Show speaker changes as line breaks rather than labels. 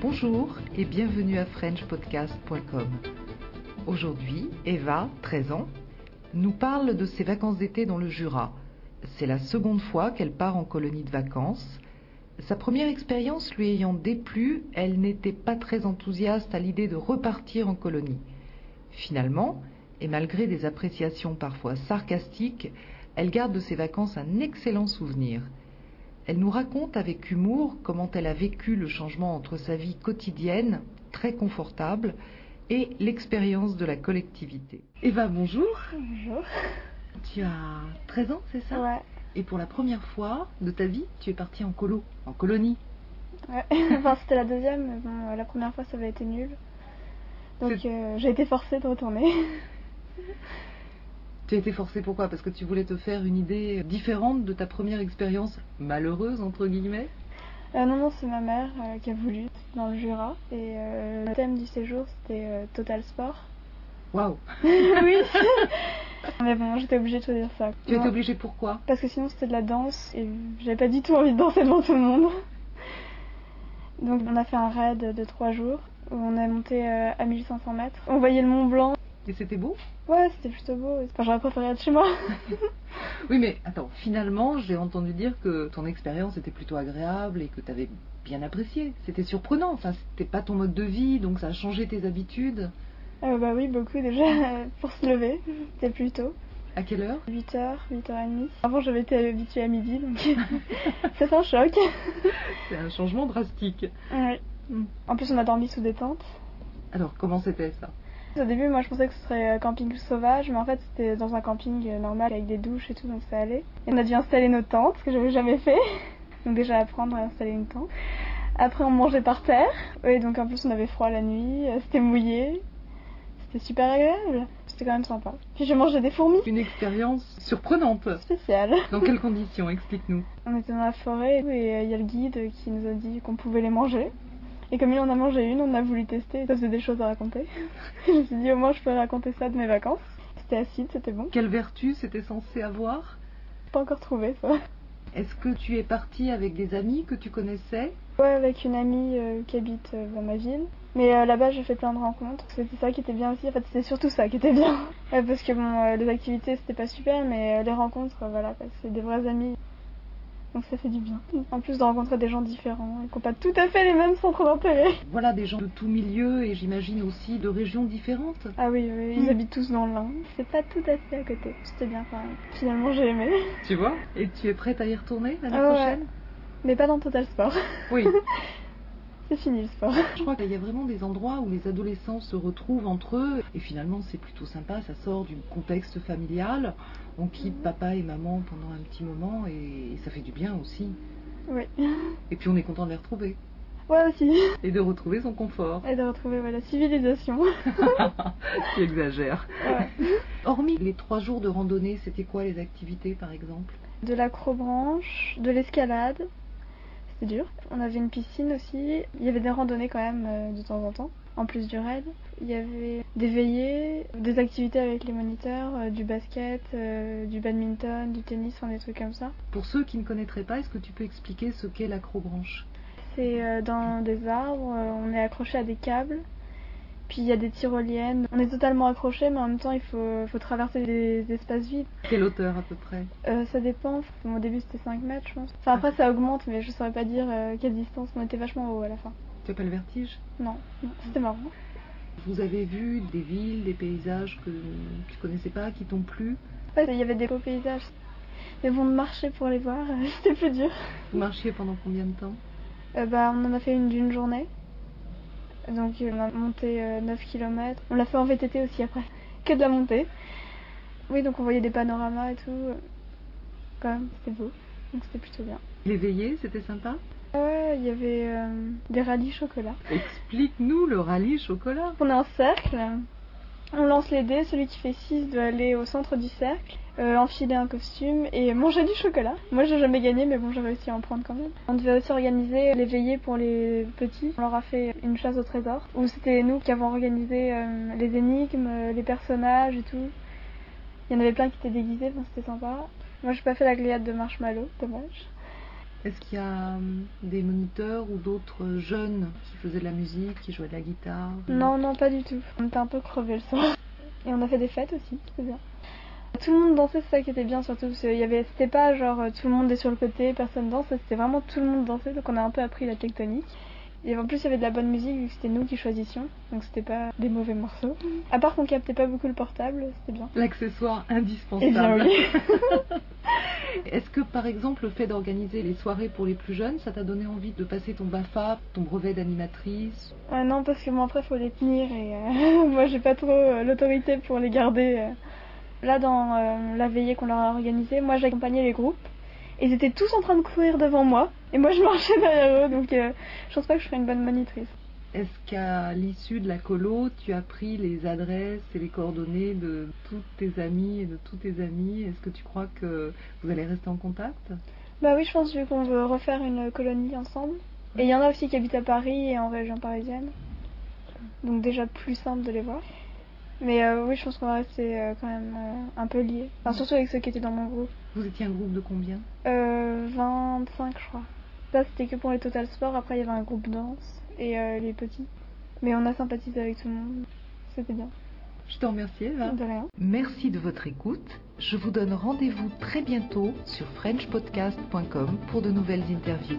Bonjour et bienvenue à FrenchPodcast.com. Aujourd'hui, Eva, 13 ans, nous parle de ses vacances d'été dans le Jura. C'est la seconde fois qu'elle part en colonie de vacances. Sa première expérience lui ayant déplu, elle n'était pas très enthousiaste à l'idée de repartir en colonie. Finalement, et malgré des appréciations parfois sarcastiques, elle garde de ses vacances un excellent souvenir. Elle nous raconte avec humour comment elle a vécu le changement entre sa vie quotidienne, très confortable, et l'expérience de la collectivité. Eva, bonjour.
Bonjour.
Tu as 13 ans, c'est ça
Ouais.
Et pour la première fois de ta vie, tu es partie en colo, en colonie.
ouais. enfin, c'était la deuxième, mais bon, euh, la première fois ça avait été nul. Donc euh, j'ai été forcée de retourner.
Tu as été forcée pourquoi Parce que tu voulais te faire une idée différente de ta première expérience malheureuse, entre guillemets.
Euh, non, non, c'est ma mère euh, qui a voulu, c'était dans le Jura. Et euh, le thème du séjour c'était euh, Total Sport.
Waouh
oui Mais bon, j'étais obligée de choisir ça.
Tu étais
Ouais.
obligée pourquoi
Parce que sinon c'était de la danse et j'avais pas du tout envie de danser devant tout le monde. Donc on a fait un raid de trois jours où on est monté euh, à 1500 mètres. On voyait le Mont Blanc.
Et c'était beau
Ouais, c'était plutôt beau. Enfin, j'aurais préféré être chez moi.
Oui, mais attends, finalement, j'ai entendu dire que ton expérience était plutôt agréable et que tu avais bien apprécié. C'était surprenant, enfin, c'était pas ton mode de vie, donc ça a changé tes habitudes.
Euh, bah oui, beaucoup déjà euh, pour se lever. C'était plus tôt.
À quelle heure
8h, 8h30. Avant, j'avais été habituée à midi, donc c'est un choc.
C'est un changement drastique.
Ouais.
Mm.
En plus, on a dormi sous des tentes.
Alors, comment c'était ça
Au début, moi, je pensais que ce serait euh, camping sauvage, mais en fait, c'était dans un camping euh, normal avec des douches et tout, donc ça allait. Et on a dû installer nos tentes, ce que j'avais jamais fait. Donc déjà apprendre à installer une tente. Après, on mangeait par terre. Oui, donc en plus, on avait froid la nuit, euh, c'était mouillé. C'était super agréable. C'était quand même sympa. Puis j'ai mangé des fourmis.
Une expérience surprenante.
Spécial.
Dans quelles conditions Explique-nous.
On était dans la forêt et euh, il y a le guide qui nous a dit qu'on pouvait les manger. Et comme il en a mangé une, on a voulu tester. Ça faisait des choses à raconter. je me suis dit au moins je peux raconter ça de mes vacances. C'était acide, c'était bon.
Quelle vertu c'était censé avoir
Pas encore trouvé ça.
Est-ce que tu es partie avec des amis que tu connaissais
Ouais, avec une amie euh, qui habite euh, dans ma ville. Mais euh, là-bas, j'ai fait plein de rencontres. C'était ça qui était bien aussi. En fait, c'était surtout ça qui était bien. Ouais, parce que bon, euh, les activités, c'était pas super, mais euh, les rencontres, euh, voilà, quoi, c'est des vrais amis. Donc ça fait du bien. En plus de rencontrer des gens différents et qui n'ont pas tout à fait les mêmes centres d'intérêt.
Voilà des gens de tout milieu et j'imagine aussi de régions différentes.
Ah oui, oui,
Mm.
ils habitent tous dans l'Ain. C'est pas tout à fait à côté. C'était bien quand même. Finalement, j'ai aimé.
Tu vois Et tu es prête à y retourner l'année
Ah ouais.
prochaine
Mais pas dans Total Sport.
Oui.
C'est fini le sport.
Je crois qu'il y a vraiment des endroits où les adolescents se retrouvent entre eux et finalement c'est plutôt sympa, ça sort du contexte familial. On quitte papa et maman pendant un petit moment et ça fait du bien aussi.
Oui.
Et puis on est content de les retrouver
Ouais, aussi.
et de retrouver son confort.
Et de retrouver ouais, la civilisation.
tu exagères.
Ouais.
Hormis les trois jours de randonnée, c'était quoi les activités par exemple
De l'acrobranche, de l'escalade. C'était dur. On avait une piscine aussi. Il y avait des randonnées quand même euh, de temps en temps. En plus du raid, il y avait des veillées, des activités avec les moniteurs, euh, du basket, euh, du badminton, du tennis, enfin des trucs comme ça.
Pour ceux qui ne connaîtraient pas, est-ce que tu peux expliquer ce qu'est l'acrobranche
C'est euh, dans des arbres, euh, on est accroché à des câbles, puis il y a des tyroliennes. On est totalement accroché, mais en même temps, il faut, faut traverser des espaces vides.
Quelle hauteur à peu près
Euh, ça dépend, Bon, au début c'était 5 mètres, je pense. Enfin, après ça augmente, mais je saurais pas dire euh, quelle distance. On était vachement haut à la fin.
Tu n'as pas le vertige
Non, non, c'était marrant.
Vous avez vu des villes, des paysages que tu connaissais pas, qui t'ont plu
Ouais, il y avait des beaux paysages. Mais bon, de marcher pour les voir, euh, c'était plus dur.
Vous marchiez pendant combien de temps
Euh, bah, on en a fait une d'une journée. Donc euh, on a monté euh, 9 km. On l'a fait en VTT aussi après. Que de la montée. Oui, donc on voyait des panoramas et tout. Quand même, c'était beau. Donc c'était plutôt bien.
Les veillées, c'était sympa
Ouais, il y avait euh, des rallyes chocolat.
Explique-nous le rallye chocolat.
On est en cercle. On lance les dés. Celui qui fait 6 doit aller au centre du cercle, euh, enfiler un costume et manger du chocolat. Moi, j'ai jamais gagné, mais bon, j'ai réussi à en prendre quand même. On devait aussi organiser les veillées pour les petits. On leur a fait une chasse au trésor où c'était nous qui avons organisé euh, les énigmes, euh, les personnages et tout. Il y en avait plein qui étaient déguisés, enfin, c'était sympa. Moi, j'ai pas fait la gléade de marshmallow, dommage.
Est-ce qu'il y a hum, des moniteurs ou d'autres jeunes qui faisaient de la musique, qui jouaient de la guitare
Non, non, pas du tout. On était un peu crevés le soir. Et on a fait des fêtes aussi, c'était bien. Tout le monde dansait, c'est ça qui était bien surtout. Parce qu'il y avait, c'était pas genre euh, tout le monde est sur le côté, personne danse, c'était vraiment tout le monde dansait, donc on a un peu appris la tectonique. Et en plus, il y avait de la bonne musique vu que c'était nous qui choisissions, donc c'était pas des mauvais morceaux. À part qu'on captait pas beaucoup le portable, c'était bien.
L'accessoire
Et bien
indispensable.
oui.
Est-ce que par exemple le fait d'organiser les soirées pour les plus jeunes, ça t'a donné envie de passer ton BAFA, ton brevet d'animatrice
Ah non, parce que moi après faut les tenir et euh, moi j'ai pas trop euh, l'autorité pour les garder. euh. Là dans euh, la veillée qu'on leur a organisée, moi j'accompagnais les groupes et ils étaient tous en train de courir devant moi et moi je marchais derrière eux donc euh, je pense pas que je serais une bonne monitrice.
Est-ce qu'à l'issue de la colo, tu as pris les adresses et les coordonnées de toutes tes amies et de tous tes amis Est-ce que tu crois que vous allez rester en contact
Bah oui, je pense vu qu'on veut refaire une colonie ensemble et il y en a aussi qui habitent à Paris et en région parisienne donc déjà plus simple de les voir. Mais euh, oui, je pense qu'on va rester euh, quand même euh, un peu liés. Enfin, surtout avec ceux qui étaient dans mon groupe.
Vous étiez un groupe de combien
Euh, 25, je crois. Ça, c'était que pour les Total Sport. Après, il y avait un groupe danse et euh, les petits. Mais on a sympathisé avec tout le monde. C'était bien.
Je te remercie Eva.
De rien.
Merci de votre écoute. Je vous donne rendez-vous très bientôt sur frenchpodcast.com pour de nouvelles interviews.